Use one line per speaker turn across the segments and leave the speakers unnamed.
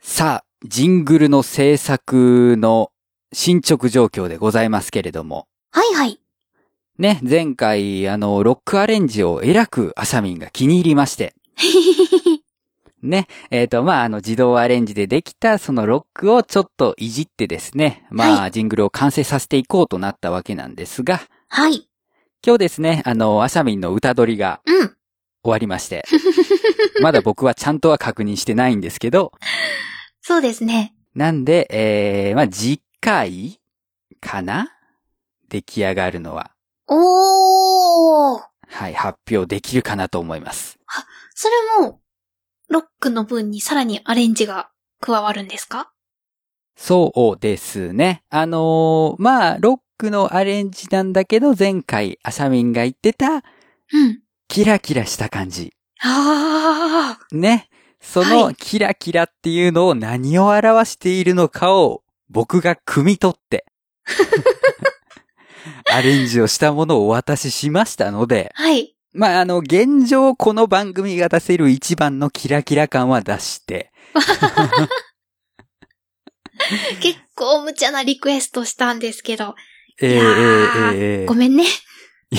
さあ、ジングルの制作の進捗状況でございますけれども。
はいはい。
ね、前回、あの、ロックアレンジをえらくアサミンが気に入りまして。ね、えっ、と、まあ、あの、自動アレンジでできたそのロックをちょっといじってですね、ま
は
あ、ジングルを完成させていこうとなったわけなんですが、
はい。
今日ですね、あの、アサミンの歌取りが
うん。
終わりまして、まだ僕はちゃんとは確認してないんですけど、
そうですね。
なんで、えー、まあ、次回かな出来上がるのは、
おー。
はい、発表できるかなと思います。
それも、ロックの分にさらにアレンジが加わるんですか
そうですね。あのーまあ、ロックのアレンジなんだけど、前回、アサミンが言ってた、
うん。
キラキラした感じ。
あー。
ね。そ
は
の、
い
キラキラっていうのを何を表しているのかを、僕が汲み取 って、アレンジをしたものをお渡ししましたので、
はい。
まあ、あの、現状この番組が出せる一番のキラキラ感は出して、
結構無茶なリクエストしたんですけど。
えー
いや
え
ー
ーえー
ごめんね。
い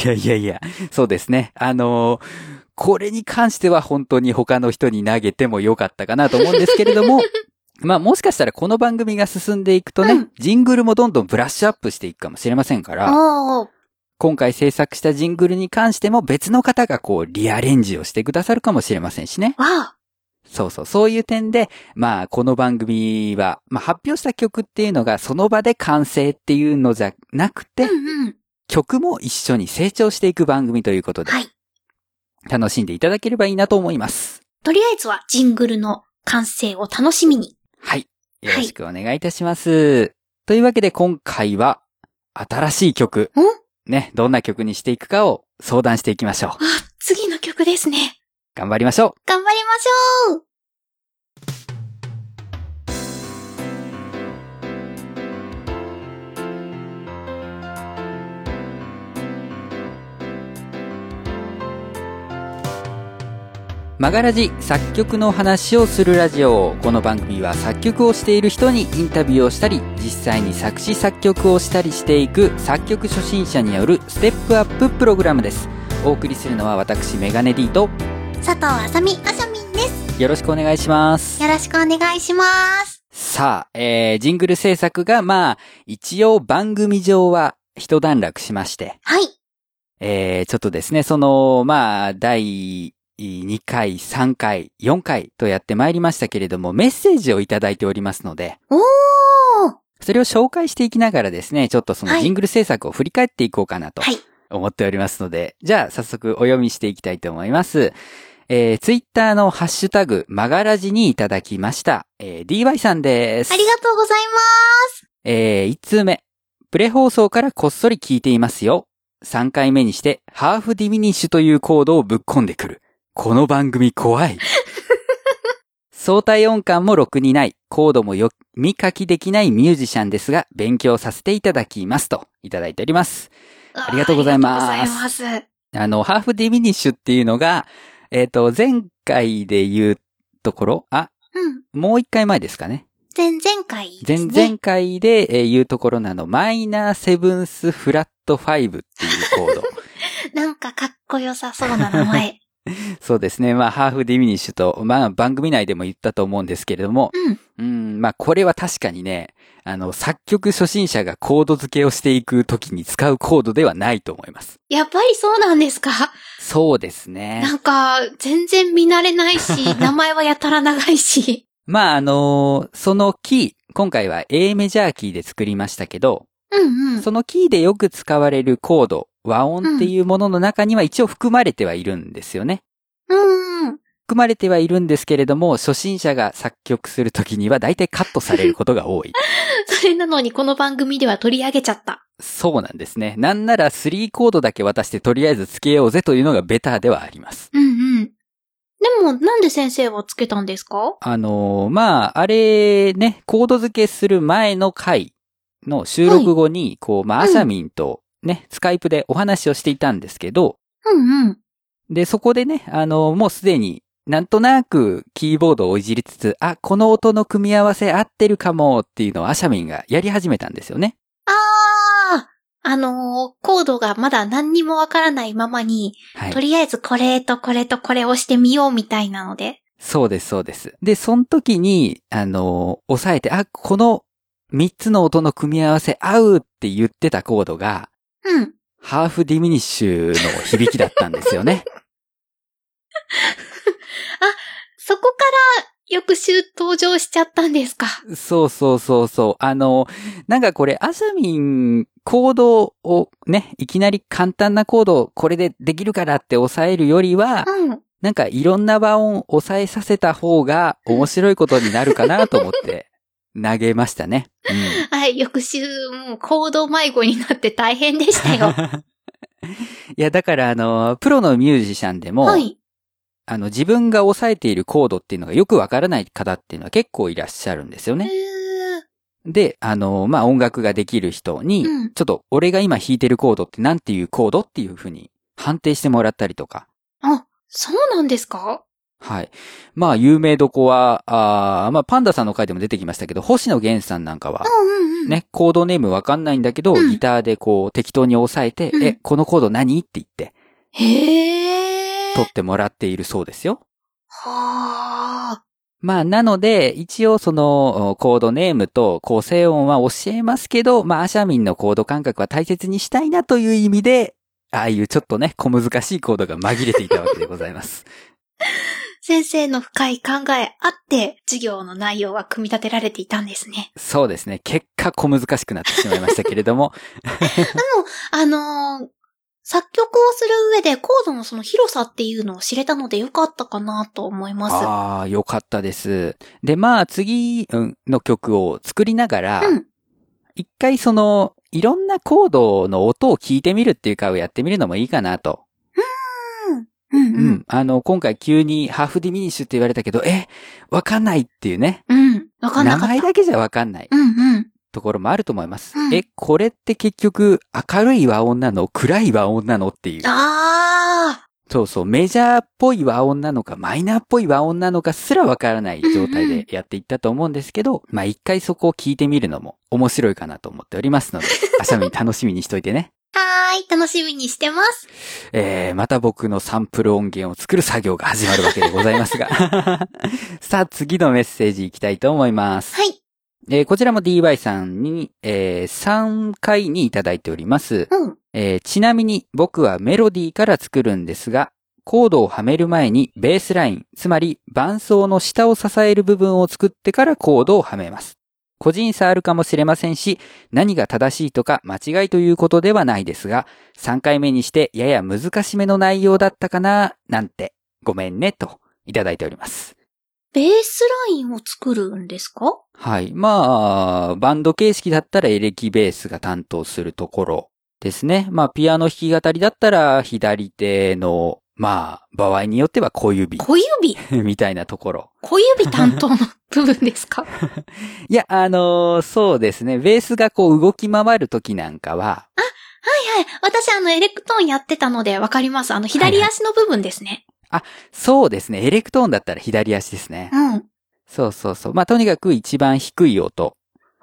やいやいや、そうですね。あのーこれに関しては本当に他の人に投げてもよかったかなと思うんですけれど も、まあもしかしたらこの番組が進んでいくとね、
うん
ジングルもどんどんブラッシュアップしていくかもしれませんから、
おー。
今回制作したジングルに関しても別の方がこうリアレンジをしてくださるかもしれませんしね。
わ
そうそう、そういう点で、まあ、この番組は、まあ、発表した曲っていうのが、その場で完成っていうのじゃなくて
ー。、うんうん。
曲も一緒に成長していく番組ということで、
はい。
楽しんでいただければいいなと思います。
とりあえずはジングルの完成を楽しみに。
はい。よろしくお願いいたします。というわけで、今回は、新しい曲
ん。
ね、どんな曲にしていくかを相談していきましょう。
あ、次の曲ですね。
頑張りましょう
頑張りましょう
マガラジ作曲のお話をするラジオこの番組は作曲をしている人にインタビューをしたり実際に作詞作曲をしたりしていく作曲初心者によるステップアッププログラムですお送りするのは私メガネ D と
佐藤あさみ、あさみんです。
よろしくお願いします
よろしくお願いします。
さあ、えー、ジングル制作がまあ一応番組上は一段落しまして
はい。
えー、ちょっとですね、その、まあ、第2回、3回、4回とやってまいりましたけれども、メッセージをいただいておりますので、
おー
それを紹介していきながらですね、ちょっとその
はい
ジングル制作を振り返っていこうかなと
はい。
思っておりますので、じゃあ早速お読みしていきたいと思います。えー、ツイッターのハッシュタグ、マガラジにいただきました。えー、DY さんです。
ありがとうございます。
えー、1通目。プレ放送からこっそり聞いていますよ。3回目にして、ハーフディミニッシュというコードをぶっ込んでくる。この番組怖い。相対音感もろくにない、コードも読み書きできないミュージシャンですが、勉強させていただきますと、いただいております。ありがとうございます
ありがとうございます。
あの、ハーフディミニッシュっていうのが、えっ、と、前回で言うところ、あ、
うん。
もう一回前ですかね。
前々回
前
ですね。
々回でえー言うところなの、マイナーセブンスフラットファイブっていう コード。
なんかかっこよさそうな 名前。
そうですね。まあ、ハーフディミニッシュと、まあ、番組内でも言ったと思うんですけれども、
うん。
うん、まあ、これは確かにね、あの、作曲初心者がコード付けをしていくときに使うコードではないと思います。
やっぱりそうなんですか
そうですね。
なんか、全然見慣れな いし、名前はやたら長いし。
まあ、あのーそのキー、今回は A メジャーキーで作りましたけど、
うんうん。
そのキーでよく使われるコード、和音っていうものの中には一応含まれてはいるんですよね。
うんうん。
含まれてはいるんですけれども、初心者が作曲するときには大体カットされることが多い。
それなのにこの番組では取り上げちゃった。
そうなんですね。なんなら3コードだけ渡してとりあえずつけようぜというのがベターではあります。
うんうん。でも、なんで先生はつけたんですか
あのーまあ、あれね、コード付けする前の回の収録後に、こう、まあ、アシャミンとね、スカイプでお話をしていたんですけど、
うんうん。
で、そこでね、あの、もうすでになんとなくキーボードをいじりつつ、あ、この音の組み合わせ合ってるかもっていうのをアシャミンがやり始めたんですよね。
あーあのーコードがまだ何にもわからないままに、
はい
と。りあえずこれとこれとこれをしてみようみたいなので。
そうです、そうです。で、その時に、あのー押さえて、あ、この3つの音の組み合わせ合うって言ってたコードが、
うん。
ハーフディミニッシュの響きだったんですよね。
そこから翌週登場しちゃったんですか。
そうそうそうそう。あの、なんかこれ、アシャミン、コードをね、いきなり簡単なコードをこれでできるからって抑えるよりは、
うん。
なんかいろんな和音を抑えさせた方が面白いことになるかなと思って投げましたね。うん
はい、翌週、もう行動迷子になって大変でした よ。
いや、だからあの、プロのミュージシャンでも、
はい。
あの、自分が抑えているコードっていうのがよくわからない方っていうのは結構いらっしゃるんですよ
う
ね。
ー
で、あの、まあ、音楽ができる人に、
うん
ちょっと俺が今弾いてるコードってなんていうコードっていう風に判定してもらったりとか。
あ、そうなんですか
はい。まあ、有名どこは、あーまあ、パンダさんの回でも出てきましたけど、星野源さんなんかは、
うんうんうん。。
ね、コードネームわかんないんだけど、
うん
ギターでこう適当に押さえて、
うん
え、このコード何って言って、
へえ。
取ってもらっているそうですよ。
はあ。
まあ、なので、一応その、おコードネームと構成音は教えますけど、まあ、アシャミンのコード感覚は大切にしたいなという意味で、ああいうちょっとね、小難しいコードが紛れていたわけでござい ます。
先生の深い考えあって、授業の内容が組み立てられていたんですね。
そうですね。結果、小難しくなってしまいましたけれど も、
あのー作曲をする上でコードのその広さっていうのを知れたのでよかったかなと思いま
ああ、よかったです。で、まあ、次うんの曲を作りながら、
す。うん。
一回その、いろんなコードの音を聞いてみるっていうかをやってみるのもいいかなと。
うん
う
うん。
ん。あの、今回急にハーフディミニッシュって言われたけど、え、わかんないっていうね。
うん。わかんな
名
かった。
前だけじゃわかんない
うんうん。
ところもあると思います。
うん
え、これって結局明るい和音なの暗い和音なのっていう。
ああ。
そうそう、メジャーっぽい和音なのか、マイナーっぽい和音なのかすらわからない状態でやっていったと思うんですけど、まあ一回そこを聞いてみるのも面白いかなと思っております ので、あさみ楽しみにしといてね。
はーい。楽しみにしてます。
えー、また僕のサンプル音源を作る作業が始まるわけでございますが。さあ、次のメッセージいきたいと思います。
はい。
えー、こちらも DY さんに、えー、3回にいただいております。
うん。
えー、ちなみに僕はメロディーから作るんですが、コードをはめる前にベースライン、つまり伴奏の下を支える部分を作ってからコードをはめます。個人差あるかもしれませんし、何が正しいとか間違いということではないですが、3回目にしてやや難しめの内容だったかな、なんて、ごめんね、といただいております。
ベースラインを作るんですか
はい。まあ、バンド形式だったらエレキベースが担当するところですね。まあ、ピアノ弾き語りだったら左手の、まあ、場合によっては小指
小指
みたいなところ。
小指担当の部分で すか
いや、あのーそうですね。ベースがこう動き回る時なんかは、
はいはい。私、あの、エレクトーンやってたのでわかります。あの、左足の部分ですね。
そうですね。エレクトーンだったら左足ですね。
うん。
そうそうそう。まあ、とにかく一番低い音。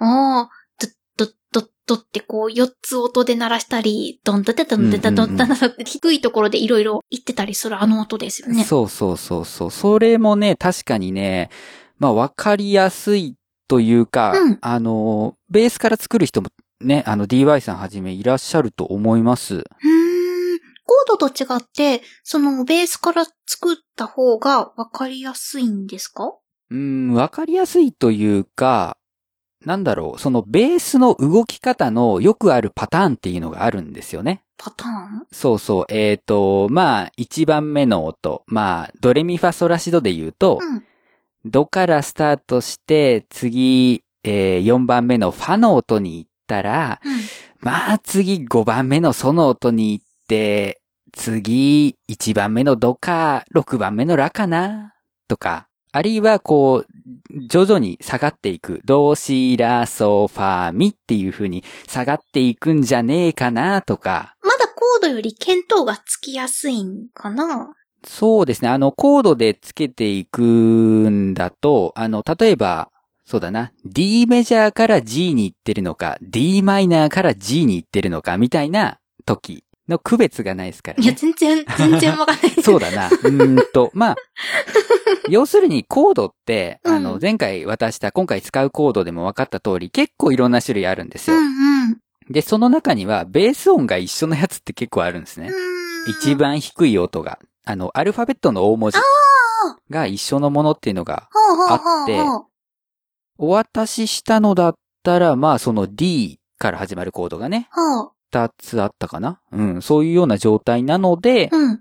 おー、ドッドッドッドッってこう、4つ音で鳴らしたり、ドンドテドンテタドンタタタって低いところでいろいろ言ってたりするあの音ですよね。
そうそうそうそう。それもね、確かにね、まあ、わかりやすいというか、
うん
あの、ベースから作る人もね、あの、DY さんはじめいらっしゃると思います。
うーん。コードと違って、その、ベースから作った方がわかりやすいんですか
うん、わかりやすいというか、なんだろう、そのベースの動き方のよくあるパターンっていうのがあるんですよね。
パターン
そうそう、えっ、と、まあ、1番目の音、まあ、ドレミファソラシドで言うと、
うん。
ドからスタートして、次、え4番目のファの音に行ったら、
うん。
まあ次5番目のソの音に行って、次1番目のドか、6番目のラかな、とか、あるいはこう、徐々に下がっていく、ドシラソファミっていう風に下がっていくんじゃねえかな、とか、
まだコードより見当がつきやすいんかな
そうですね。あの、コードでつけていくんだと、あの、例えば、そうだな。D メジャーから G に行ってるのか、D マイナーから G に行ってるのか、みたいな時の区別がないですから
いや、
ね。
全然、全然わかんない。
そうだな。うーんと、 まあ、要するにコードって、あ
う
の
ん、
前回渡した、今回使うコードでも分かった通り、結構いろんな種類あるんです
う
よ。
んうん。
で、その中には、ベース音が一緒のやつって結構あるんですね。
うーん
一。番低い音が、あの、アルファベットの大文字が一緒のものっていうのが、
ほうほうほうほう
あってお渡ししたのだったら、まあその D から始まるコードがね、
ほう。
二つあったかなうん、そういうような状態なので、
うん。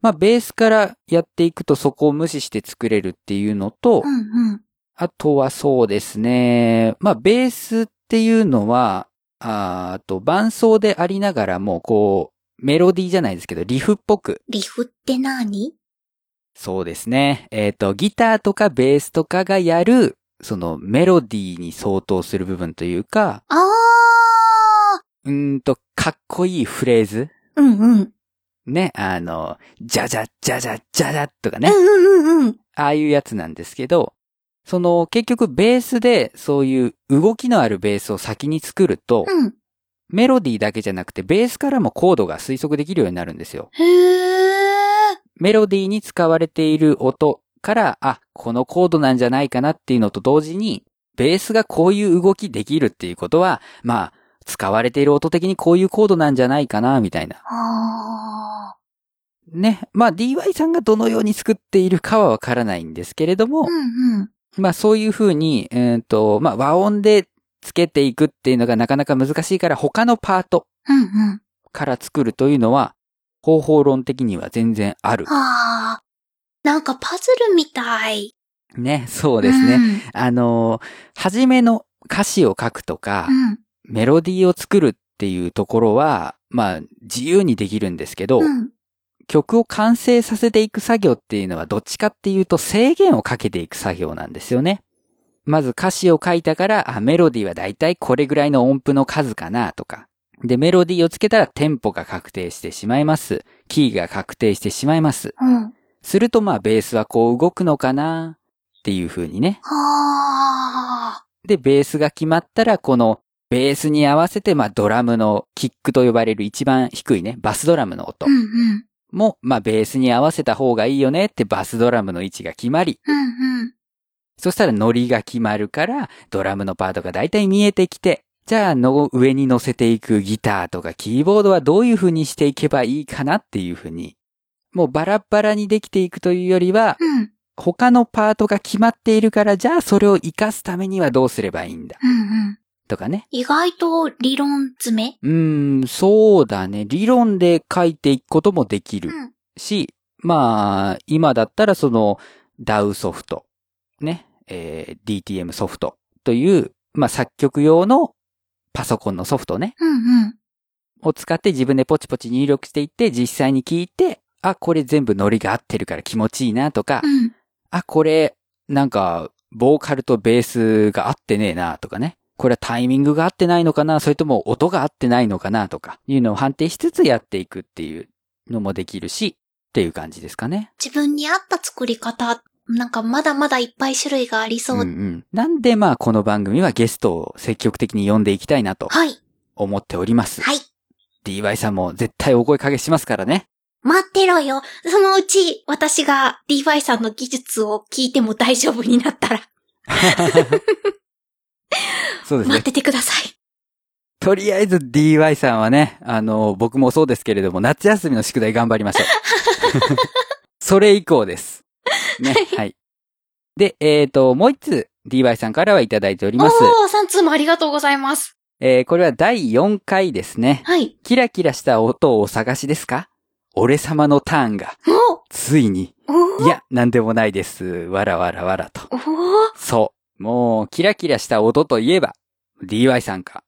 まあベースからやっていくとそこを無視して作れるっていうのと
う、んうん。
あとはそうですね、まあベースっていうのは、あーあと伴奏でありながらも、こう、メロディーじゃないですけど、リフっぽく
リフって何
そうですね。えっ、と、ギターとかベースとかがやる、そのメロディーに相当する部分というか、
ああ
うーんと、かっこいいフレーズ
うんうん。
ね、あの、じゃじゃ、じゃじゃ、じゃじゃとか
う
ね、
んうんうんうん。
ああいうやつなんですけど、その、結局ベースでそういう動きのあるベースを先に作ると、
うん。
メロディーだけじゃなくてベースからもコードが推測できるようになるんですよ。
へえ。
メロディーに使われている音から、あ、このコードなんじゃないかなっていうのと同時に、ベースがこういう動きできるっていうことは、まあ、使われている音的にこういうコードなんじゃないかな、みたいな。
ああ。
ね。まあ、DY さんがどのように作っているかはわからないんですけれども
う、んうん。
まあ、そういうふうに、えっ、と、まあ、和音でつけていくっていうのがなかなか難しいから、他のパート
うんうん。
から作るというのは、方法論的には全然ある。
ああ。なんかパズルみたい。
ね。そう
そ
ですね。
ね。
あのー、初めの歌詞を書くとか
う、ん。
メロディーを作るっていうところは、まあ、自由にできるんですけど、
うん。
曲を完成させていく作業っていうのは、どっちかっていうと制限をかけていく作業なんですよね。まず歌詞を書いたから、あ、メロディーはだいたいこれぐらいの音符の数かな、とか。で、メロディーをつけたらテンポが確定してしまいます。キーが確定してしまいます。
うん。
すると、まあ、ベースはこう動くのかな、っていう風にね。
ああ。
で、ベースが決まったら、このベースに合わせて、まあドラムのキックと呼ばれる一番低いね、バスドラムの音
うんうん。
も、まあベースに合わせた方がいいよねってバスドラムの位置が決まり、
うんうん。
そしたらノリが決まるから、ドラムのパートがだいたい見えてきて、じゃあの上に乗せていくギターとかキーボードはどういう風にしていけばいいかなっていう風に、もうバラバラにできていくというよりは、
うん。
他のパートが決まっているから、じゃあそれを活かすためにはどうすればいいんだ
うんうん。
とかね。
意外と理論詰め
うーん、そうだね。理論で書いていくこともでき
う
る
ん。
し、まあ、今だったらその DAW ソフト、ね、えー DTM ソフトという、まあ作曲用のパソコンのソフトね、
うんうん。
を使って自分でポチポチ入力していって、実際に聞いて、あ、これ全部ノリが合ってるから気持ちいいなとか、
うん。
あ、これ、なんか、ボーカルとベースが合ってねえなとかね。これはタイミングが合ってないのかなそれとも音が合ってないのかなとか、いうのを判定しつつやっていくっていうのもできるし、っていう感じですかね。
自分に合った作り方、なんかまだまだいっぱい種類がありそう。
んうん。なんでまあこの番組はゲストを積極的に呼んでいきたいなと
はい。
思っております。
はい。
DY さんも絶対お声かけしますから ね。
待ってろよ。そのうち、私が DY さんの技術を聞いても大丈夫になったら、
そうです
待っ
ね。
ててください。
とりあえず DY さんはね、あの、僕もそうですけれども、夏休みの宿題頑張りましょう。それ以降です。ね、はい。で、えっ、と、もう一つ DY さんからはいただいております。
おー、3通もありがとうございます。
えーこれは第4回ですね。
はい。
キラキラした音をお探しですか俺様のターンが、
お
ついに、
おー
いや、なんでもないです。わらわらわらと。
おー
そう。もう、キラキラした音といえば、DY さんか。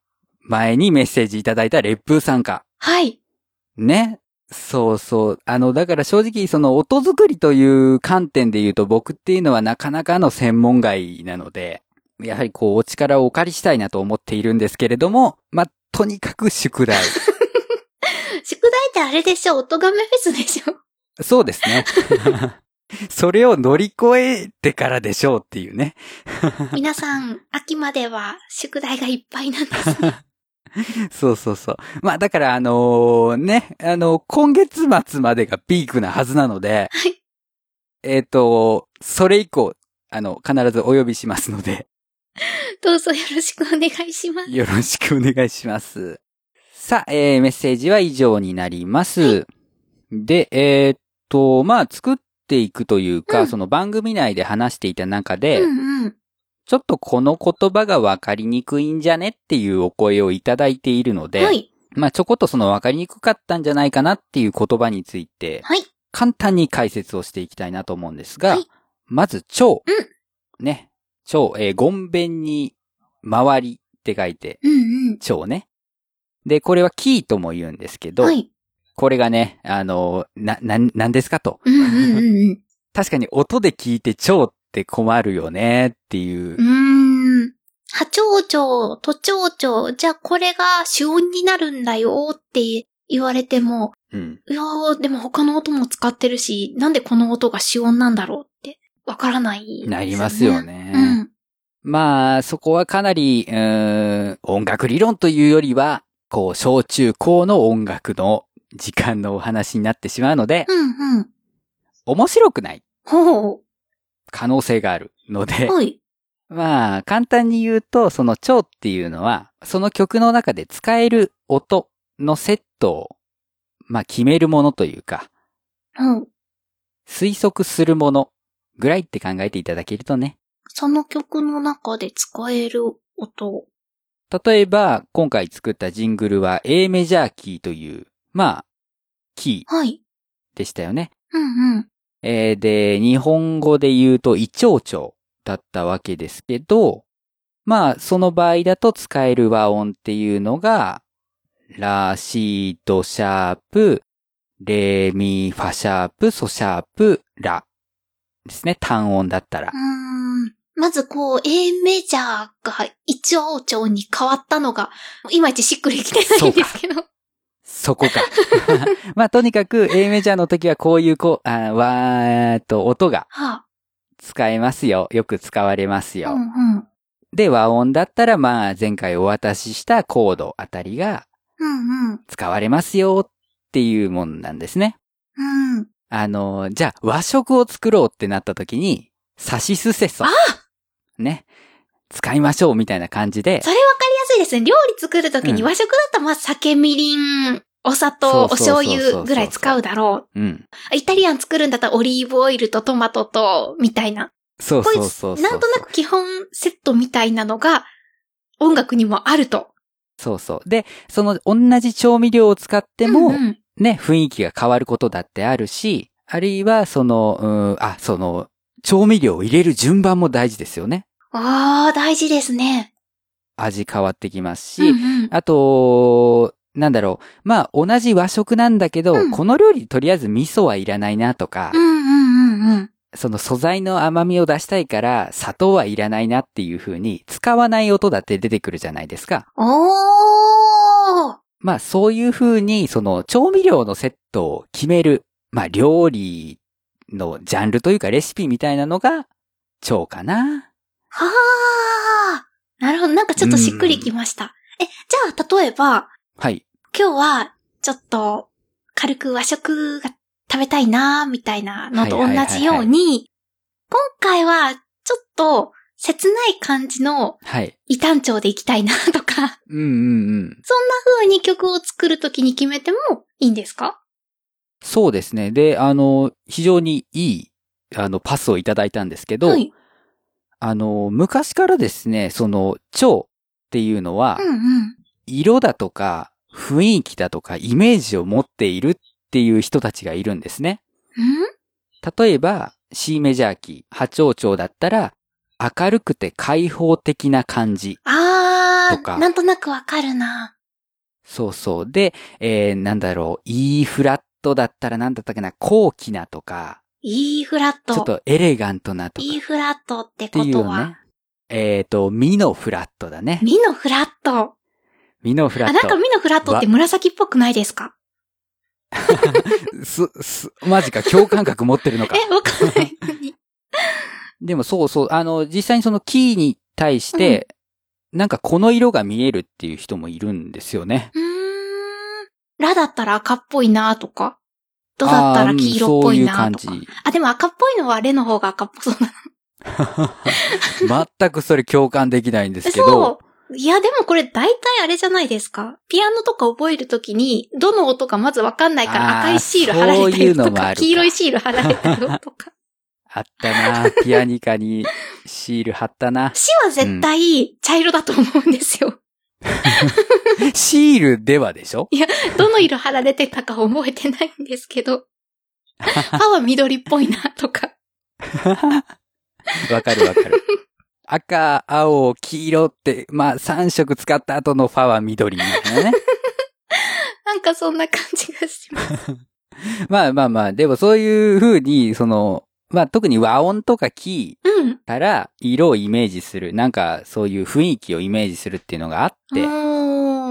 前にメッセージいただいた烈風さんか。
はい。
ね。そうそう。あの、だから正直、その音作りという観点で言うと僕っていうのはなかなかの専門外なので、やはりこう、お力をお借りしたいなと思っているんですけれども、まあ、 とにかく宿題。
宿題ってあれでしょ音亀フェスでしょ
そうです ね。それを乗り越えてからでしょうっていうね。
皆さん、秋までは宿題がいっぱいなん です。
そうそうそう。まあだからあのね、あの今月末までがピークなはずなので、
はい
えっ、と、それ以降、あの、必ずお呼びしますので、
どうぞよろしくお願いしま す。
よろしくお願いします。さあ、えー、メッセージは以上になります。で、えーっと、まあ、作っていくというか、
うん
その番組内で話していた中で、
うんうん。
ちょっとこの言葉がわかりにくいんじゃねっていうお声をいただいているので、
はい。
まあ、ちょこっとそのわかりにくかったんじゃないかなっていう言葉について、
はい。
簡単に解説をしていきたいなと思うんですが、
はい
まず、蝶。
うん
ね。蝶、えー、ごんべんに、回りって書いて、
うんうん。
蝶ね。で、これはキーとも言うんですけど、
はい。
これがね、あの、な、な、なんですかと。
うんうんうん
確かに音で聞いて蝶って困るよねっていう
う。ん。うーん。波長長、都長長、じゃあこれが主音になるんだよって言われても、
うん。
いやー、でも他の音も使ってるし、なんでこの音が主音なんだろうって、わからないですよね、
なりますよね。
うん。
まあ、そこはかなり、うーん、音楽理論というよりは、こう、小中高の音楽の時間のお話になってしまうので、
うんうん。
面白くない
ほ
可能性があるので
う。、はい。
まあ、簡単に言うと、その蝶っていうのは、その曲の中で使える音のセットを、まあ決めるものというか、
うん。
推測するものぐらいって考えていただけるとね。
その曲の中で使える音。
例えば、今回作ったジングルは A メジャーキーという、まあ、キー
はい。
でしたよね。
うんうん。
えーで、日本語で言うと、胃腸腸だったわけですけど、まあ、その場合だと使える和音っていうのが、ラ、シ、ド、シャープ、レ、ミ、ファ、シャープ、ソ、シャープ、ラ。ですね、単音だったら
う。ーんまずこう、A メジャーが一応長に変わったのが、いまいちしっくりきてないんですけど。
そこか。 まあ、とにかく、A メジャーの時はこういう、こう、あわーえっと、音が
は
使えますよ。よく使われます
あ、
よ。
うんうん。
で、和音だったら、まあ、前回お渡ししたコードあたりが
うんうん。
使われますよっていうもんなんですね。
うん。
あの、じゃあ和食を作ろうってなった時に、サシスセソ。ね。使いましょうみたいな感じで
そ、れわかりやすいですね。料理作るときに
うん
和食だったらまあ酒、みりん、お砂糖、お
そうそうそうそ
醤
うそう
油ぐらい使うだろ
うん。
う。イタリアン作るんだったらオリーブオイルとトマトと、みたいな。
そうそうそうそうそう。
なんとなく基本セットみたいなのが音楽にもあると。
そうそう。で、その同じ調味料を使って
う
も
ん、うん
ね、雰囲気が変わることだってあるし、あるいは、その、うん、あ、その、調味料を入れる順番も大事ですよね。
ああ、大事ですね。
味変わってきます
うん
し、
うん
あと、なんだろう。まあ、同じ和食なんだけど、
うん
この料理とりあえず味噌はいらないなとか、
うんうんうんうん。
その素材の甘みを出したいから、砂糖はいらないなっていう風に、使わない音だって出てくるじゃないですか。
おー
まあ、そういう風に、その調味料のセットを決める、まあ、料理のジャンルというかレシピみたいなのが、蝶かな。
はあなるほど。なんかちょっとしっくりきました。え、じゃあ、例えば、
はい。
今日は、ちょっと、軽く和食が食べたいなーみたいなのと同じように、今回は、ちょっと、切ない感じの
はい。
異端調でいきたいなとか、
うんうんうん。
風に曲を作るときに決めてもいいんですか
そうですね。で、あの、非常にいい、あの、パスをいただいたんですけど、
はい。
あの、昔からですね、その、蝶っていうのは
う、んうん。
色だとか、雰囲気だとか、イメージを持っているっていう人たちがいるんですね。
うん
例えば、C メジャーキー、波長調だったら、明るくて開放的な感じ。
あ
と
ー、
か
なんとなくわかるな。
そうそう。で、えー、なんだろう、E フラットだったらなんだったっけな、高貴なとか、
E フラット。
ちょっとエレガントなとか。
E フラットって
って
こ
いう
と
よ
は、
ね。えっ、と、ミのフラットだね。
ミのフラット。
ミのフラ
あ、
ッ
なん
ト
か。ミのフラットって紫っぽくないですか
す、す、マジか、共感覚持ってるのか。
え、わかんない。何
でもそうそう、あの、実際にそのキーに対して、なんかこの色が見えるっていう人もいるんですよね。
うーん。ラだったら赤っぽいなとか、ドだった
あー
ら
うん
黄色っぽいなとか。あ,、
そういう
でも赤っぽいのはレの方が赤っぽそうな。
感じ。全くそれ共感できないんですけど
そ、う。いや、でもこれ大体あれじゃないですか。ピアノとか覚えるときに、どの音かまずわかんないから
あー
赤いシール貼られ
そう
て
いう
る
の
と
もあ
か、
るか
黄色いシール貼られてる とか。
あったな。ピアニカにシール貼ったな。
死は絶対茶色だと思うんで すよ。
シールではでしょ
どの色貼られてたか覚えてないんです けど、歯は緑っぽいなとか。
わかるわかる。赤、青、黄色って、まあ3色使った後のファは緑みたいなね。
なんかそんな感じがします。
まあまあまあ、でもそういう風に、その、まあ特に和音とかキ
うん。
ーから色をイメージする、なんかそういう雰囲気をイメージするっていうのがあって、
お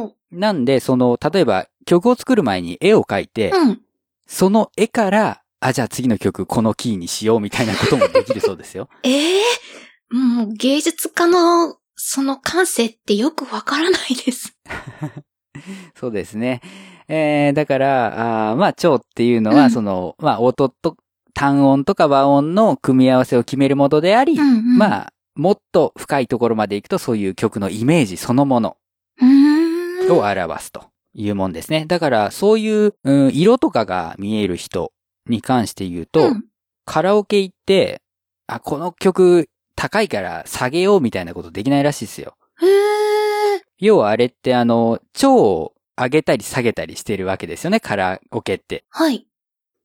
ー
なんでその、例えば曲を作る前に絵を描いて、
うん。
その絵から、あ、じゃあ次の曲このキーにしようみたいなこともできるそうですよ。
ええもう芸術家のその感性ってよくわからないです。
そうですね。えー、だから、あーまあ、蝶っていうの
う
は、
ん
その、まあ、音と、単音とか和音の組み合わせを決めるものであり、
うん、うん。あ。
まあ、もっと深いところまで行くと、そういう曲のイメージそのもの
うーん。
を表すというもんですね。だから、そういう、うん、色とかが見える人に関して言うと、
うん
カラオケ行って、あ、この曲高いから下げようみたいなことできないらしいですよ。
へえ。
要はあれってあの、蝶を上げたり下げたりしてるわけですよね、カラオケって。
はい。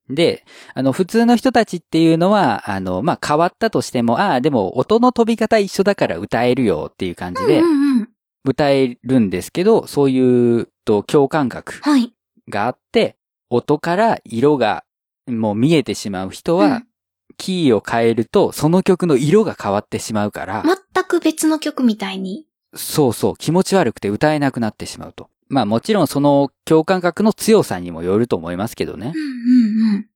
で、あの、普通の人たちっていうのは、あの、まあ、変わったとしても、ああ、でも音の飛び方一緒だから歌えるよっていう感じで
うん、うんうん。
歌えるんですけど、そういう、と、共感覚
はい。
があって、音から色がもう見えてしまう人は、
うん
キーを変えると、その曲の色が変わってしまうから、
全く別の曲みたいに。
そうそう、気持ち悪くて歌えなくなってしまうと。まあもちろんその共感覚の強さにもよると思いますけどね
うん。うんうん。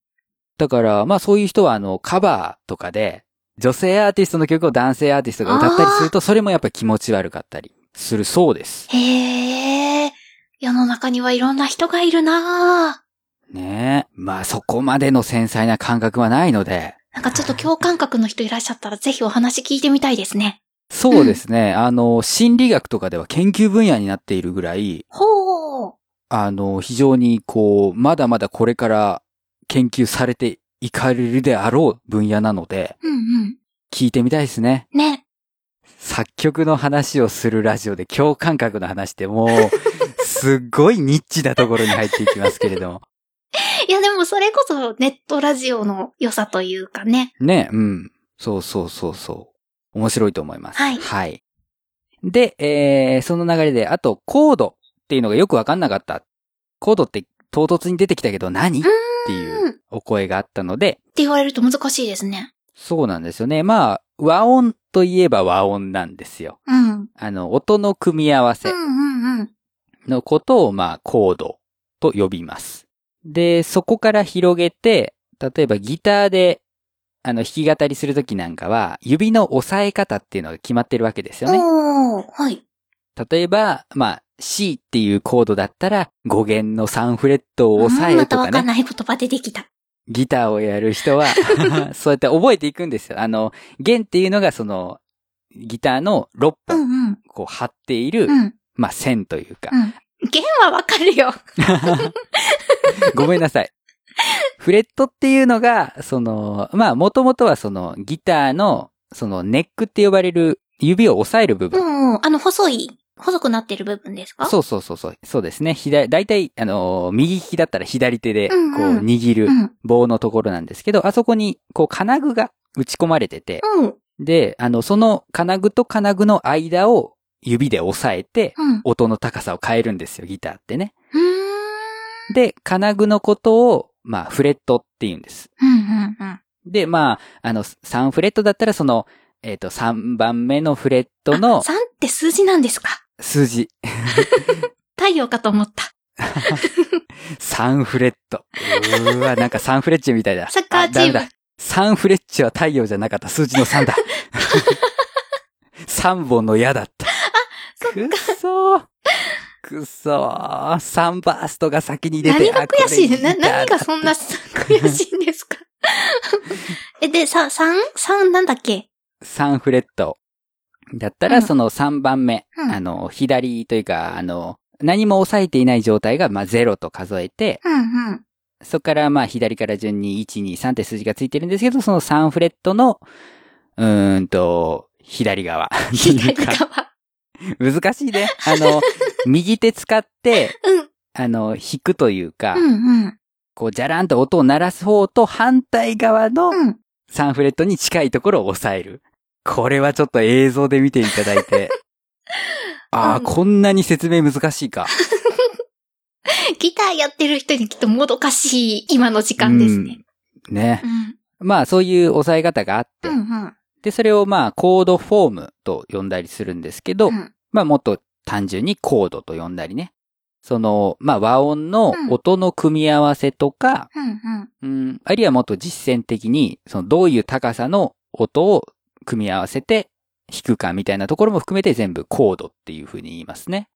だから、まあそういう人はあのカバーとかで、女性アーティストの曲を男性アーティストが歌ったりすると、それもやっぱり気持ち悪かったりするそうです。
へえ。世の中にはいろんな人がいるなぁ
ねえ。まあそこまでの繊細な感覚はないので、
なんかちょっと共感覚の人いらっしゃったらぜひお話聞いてみたいですね。
そうですね。あの、心理学とかでは研究分野になっているぐらい、
ほう。
あの、非常にこう、まだまだこれから研究されていかれるであろう分野なので、
うんうん。
聞いてみたいですね。
ね。
作曲の話をするラジオで共感覚の話ってもう、すっごいニッチなところに入っていきますけれども。
いやでもそれこそネットラジオの良さというかね。
ね、うん。そうそうそうそう。面白いと思います。
はい
はい。で、えー、その流れで、あと、コードっていうのがよくわかんなかった。コードって唐突に出てきたけど何っ
ーん
ていうお声があったので、
って言われると難しいですね。
そうなんですよね。まあ、和音といえば和音なんですよ。
うん。うん
あの、音の組み合わ
う
せ
んうん。
のことを、まあ、コードと呼びます。で、そこから広げて、例えばギターで、あの、弾き語りするときなんかは、指の押さえ方っていうのが決まってるわけですよね。
おー、はい。
例えば、まあ、C っていうコードだったら、5弦の3フレットを押さえ
ま
る
た
と
わ
か
かん
ね。
ない言葉出てきた。
ギターをやる人は、 そうやって覚えていくんですよ。あの、弦っていうのがその、ギターの6
うん
本、
うん。
こう、張っている、
うん。
まあ、線というか
う、ん。弦はわかるよ。
ごめんなさい。フレットっていうのが、その、まあ、もともとはその、ギターの、その、ネックって呼ばれる、指を押さえる部
う
分。
んうん。あの、細い、細くなってる部分ですかう。
そうそうそうそう。そうですね。左、大体、あのー、右利きだったら左手で、こう
うんうん、
握る
うん。
棒のところなんですけど、あそこに、こう、金具が打ち込まれてて、
うん。
で、あの、その金具と金具の間を指で押さえて、
うん。う
音の高さを変えるんですよ、ギターってね。
ーん。
で、金具のことを、まあ、フレットって言うんです。
うんうんうん。
で、まあ、あの、3フレットだったら、その、えっ、と、3番目のフレットの
3って数字なんですか
数字。
太陽かと思った。
サンフレット。う わ、なんかサンフレッチェみたいだ。
サッカーチーム
あダメだ。サンフレッチェは太陽じゃなかった。数字の3だ。3本の矢だった。くっそー。くっそー。サンバーストが先に出て
何が悔しいねな、何が
そ
そんなさ悔しいんです かえ、で、さ、3? 3なんだっけ
サンフレット。だった
う
ら、
ん
その3番目、
うん
あの、左というか、あの、何も押さえていない状態が、まあ、0と数えて、
うんうん。
そこから、まあ、左から順に1、2、3って数字がついてるんですけど、その3フレットの、うーんと、左側。
左側。
難しいね。あの、右手使って、
うん。
あの、弾くというか、
うんうん。
こう、じゃらんと音を鳴らす方と反対側の
うん。
3フレットに近いところを押さえる。これはちょっと映像で見ていただい て。ああ、
うん
こんなに説明難しいか。
ギターやってる人にきっともどかしい今の時間ですね。
ね
う。ん。
まあ、そういう押さえ方があって
う、んうん。
で、それをまあ、コードフォームと呼んだりするんですけど、
うん
まあ、もっと単純にコードと呼んだりね。その、まあ、和音の音の組み合わせとか、
うんうん。
うん、あるいはもっと実践的に、その、どういう高さの音を組み合わせて弾くかみたいなところも含めて全部コードっていう風に言いますね。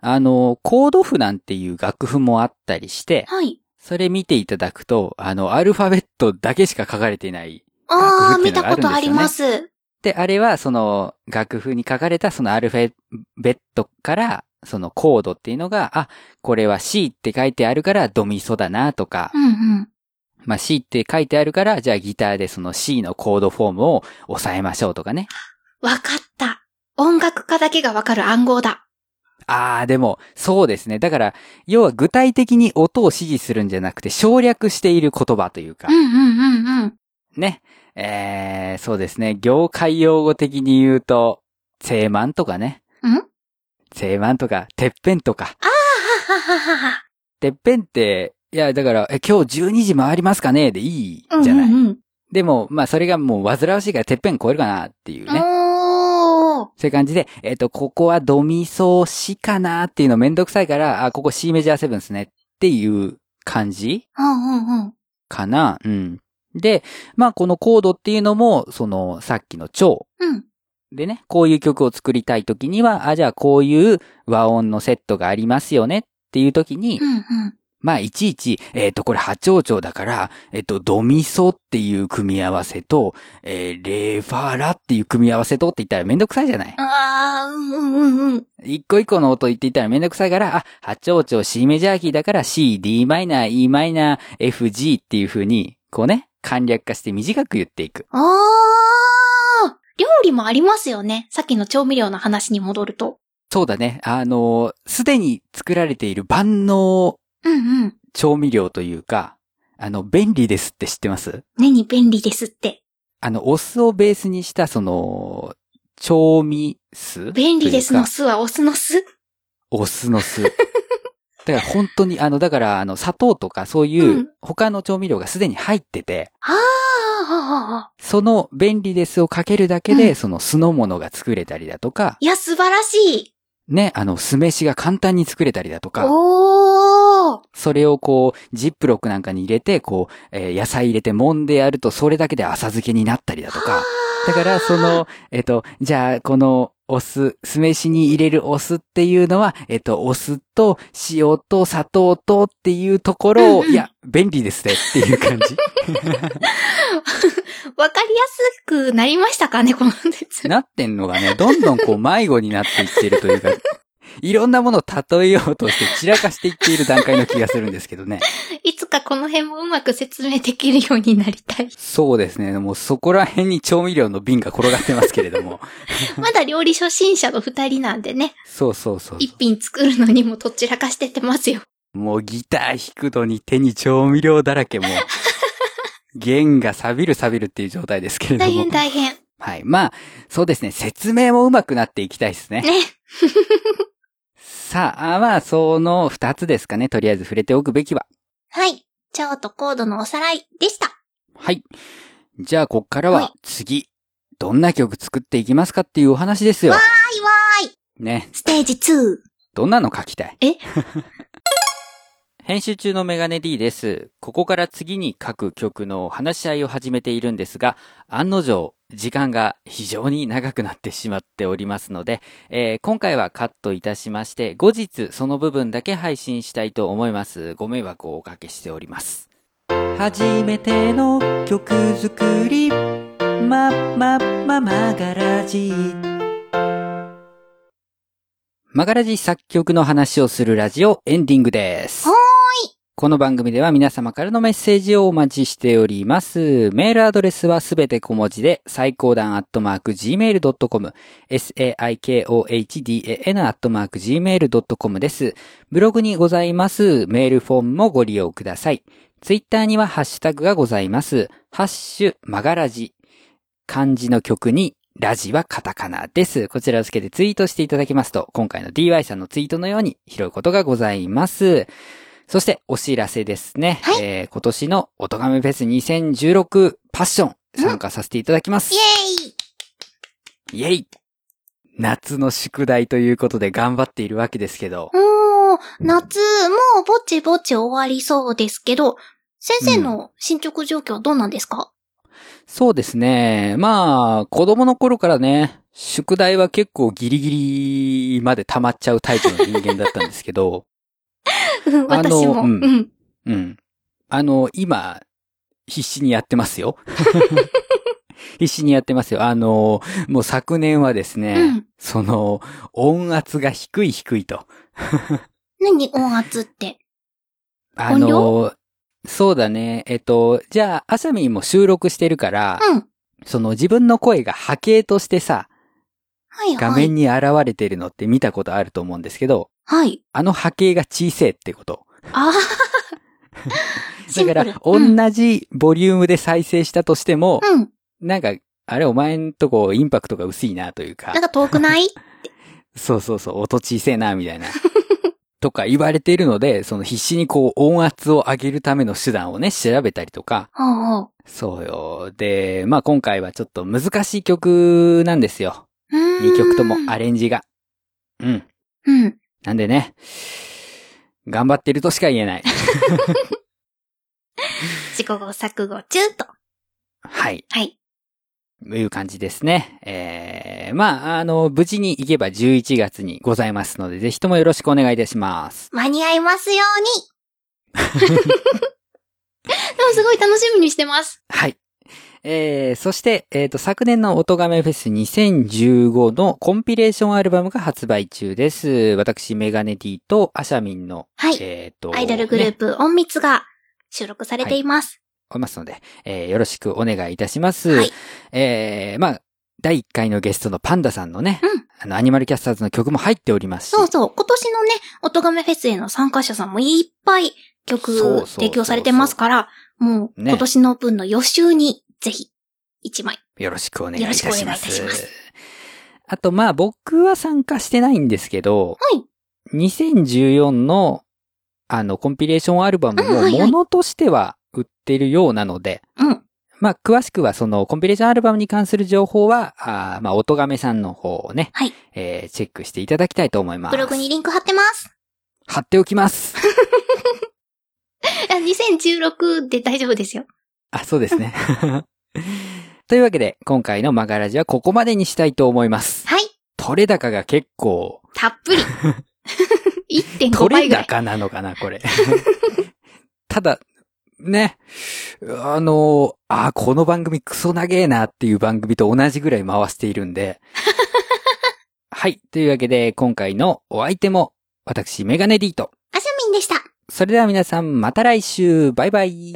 あの、コード譜なんていう楽譜もあったりして、
はい。
それ見ていただくと、あの、アルファベットだけしか書かれていない。
ああ、
楽譜ってい
見
うの
た
がある
こ
んですよね
とあります。
で、あれはその楽譜に書かれたそのアルファベットから、そのコードっていうのが、あ、これは C って書いてあるからドミソだなとか、
うんうん。
まあ、C って書いてあるから、じゃあギターでその C のコードフォームを抑えましょうとかね。
わかった。音楽家だけがわかる暗号だ。
あー、でも、そうですね。だから、要は具体的に音を指示するんじゃなくて省略している言葉というか
うん、うんうんうん。
ね。えー、そうですね。業界用語的に言うと、正満とかね。
ん
正満とか、てっぺんとか。
ははははは。
てっぺんって、いや、だから、え、今日12時回りますかねでいい
うん
じゃない。
うんうん。
でも、まあ、それがもう煩わしいから、てっぺん超えるかなっていうね。
おー。
そういう感じで、えっ、と、ここはドミソシかなっていうのめんどくさいから、あ、ここ C メジャーセブンですねっていう感じ
うんうんうん。
かなうん。で、まあ、このコードっていうのも、その、さっきの超
うん。
でね、こういう曲を作りたいときには、あ、じゃあこういう和音のセットがありますよねっていうときに、
うんうん。
まあ、いちいち、えっ、と、これ波長長だから、えっ、と、ドミソっていう組み合わせと、えーレファラっていう組み合わせとって言ったらめんどくさいじゃない
あー、うんうんうんうん。
一個一個の音言っていったらめんどくさいから、あ、波長長 C メジャーキーだから C、D マイナー、E マイナー、F、G っていう風に、こうね、簡略化して短く言っていく。
あー。料理もありますよね。さっきの調味料の話に戻ると。
そうだね。あのーすでに作られている万能
うんうん。
調味料というか、あの、便利ですって知ってます
ねに便利ですって。
あの、お酢をベースにした、その、調味酢
便利です
という
の
か
酢はお酢の酢
お酢の 酢。だから本当に、あの、だから、あの、砂糖とかそういううん他の調味料がすでに入ってて、
あーははは。
その便利ですをかけるだけで、
うん
その酢の物が作れたりだとか、
いや、素晴らしい。
ね、あの酢飯が簡単に作れたりだとか、
おー。
それをこう、ジップロックなんかに入れて、こう、えー野菜入れて揉んでやると、それだけで浅漬けになったりだとか、だからその、えっ、と、じゃあこのお酢、酢飯に入れるお酢っていうのは、えっ、と、お酢と塩と砂糖とっていうところを、
うんうん
いや、便利ですねっていう感 じ。
わかりやすくなりましたかね、この説。
なってんのがね、どんどんこう迷子になっていってるというか、いろんなものを例えようとして散らかしていっている段階の気がするんですけどね。
いつかこの辺もうまく説明できるようになりたい。
そうですね。もうそこら辺に調味料の瓶が転がってますけれども。
まだ料理初心者の二人なんでね、
そうそうそう。
一品作るのにもどちらかしてってますよ。
もうギター弾くのに手に調味料だら けもう。弦が錆びる錆びるっていう状態ですけれど
大
も
変。大変。
はい。まあ、そうですね。説明も上手くなっていきたいですね。
ね。
さあ、あまあ、その二つですかね。とりあえず触れておくべきは。
はい。蝶とコードのおさらいでした。
はい。じゃあ、こっから
は
はい次、どんな曲作っていきますかっていうお話ですよ。
はいわーい。
ね。
ステージ2。
どんなの書きたい
え
編集中のメガネ D です。ここから次に書く曲の話し合いを始めているんですが、案の定、時間が非常に長くなってしまっておりますので、えー今回はカットいたしまして、後日その部分だけ配信したいと思います。ご迷惑をおかけしております。初めての曲作り、ま、ま、ま、まがらじ。まがらじ作曲の話をするラジオエンディングです。
はー
この番組では皆様からのメッセージをお待ちしております。メールアドレスはすべて小文字で、最高段アットマーク gmail.com、saikohdan アットマーク gmail.com です。ブログにございますメールフォームもご利用ください。ツイッターにはハッシュタグがございます。ハッシュ、マガラジ。漢字の曲に、ラジはカタカナです。こちらをつけてツイートしていただきますと、今回の DY さんのツイートのように拾うことがございます。そして、お知らせですね。
はい
えー今年のおとがめフェス2016パッション参加させていただきます。
イェーイ
イェイ夏の宿題ということで頑張っているわけですけど、
おー、夏、もうぼちぼち終わりそうですけど、先生の進捗状況はどうなんですか、
そうですね。まあ、子供の頃からね、宿題は結構ギリギリまで溜まっちゃうタイプの人間だったんですけ ど、
うん、
あの
私も。う
うん
ん。うん。
うん。あの、今、必死にやってます よ。必死にやってますよ。あの、もう昨年はですね、
うん
その、音圧が低い低いと。
何音圧って。
あ
音
の、そうだね。えっと、じゃあ、あさみんも収録してるから、
うん。
その自分の声が波形としてさ、
はいはい。
画面に現れてるのって見たことあると思うんですけど、
はい。
あの波形が小せえってこと。
あ
だか
シンプル
ら、
うん
同じボリュームで再生したとしても
あ、、うん。
なんか、あれお前んとこインパクトが薄いなというか
なん、か遠くない
そうそうそう、音小せえなみたいな。 とか言われているので、その必死にこう音圧を上げるための手段をね、調べたりとか。
ほうほう。
そうよ。で、まあ今回はちょっと難しい曲なんですよ。
うーん
2曲ともアレンジが。うん。
うん。
なんでね、頑張ってるとしか言えない。
試行錯誤中と。
はい。
はい。
という感じですね。えー、まあ、あの、無事に行けば11月にございますので、ぜひともよろしくお願いいたします。
間に合いますように でもすごい楽しみにしてます。
はい。えー、そして、えっ、と、昨年の音亀フェス2015のコンピレーションアルバムが発売中です。私、メガネティとアシャミンの、
はい。
えっ、と、
アイドルグル
ね
ープ、音密が収録されています。
おりますので、えーよろしくお願いいたします。
はい
えーまあ、第1回のゲストのパンダさんのね、
うん
あの、アニマルキャスターズの曲も入っておりますし、
そうそう。今年のね、おとがめフェスへの参加者さんもいっぱい
そうそうそうそ
曲
う
提供されてますから、もう
ね
今年の分の予習にぜひ一枚。
よろしくお願いいたし
よろしくお
ま
願いいた
す。
します
あと、まあ、僕は参加してないんですけど、
はい
2014の、あの、コンピレーションアルバム
うんは
も、
いは
も
い
のとしては売ってるようなので、
うん。
まあ、詳しくは、その、コンピレーションアルバムに関する情報は、あーまあ、音亀さんの方をね、
はい
えーチェックしていただきたいと思います。
ブログにリンク貼ってます。
貼っておきます。
あ2016で大丈夫ですよ。
あ、そうですね。というわけで、今回のマガラジはここまでにしたいと思います。
はい。
取れ高が結構、
たっぷ り。1.5
取
倍
れ
ぐらい。
高なのかな、これ。 ただ、ね、あの、あ、この番組クソ長えなっていう番組と同じぐらい回しているん で。はい。というわけで、今回のお相手も、私、メガネディと。
あさみんでした。
それでは皆さん、また来週バイバイ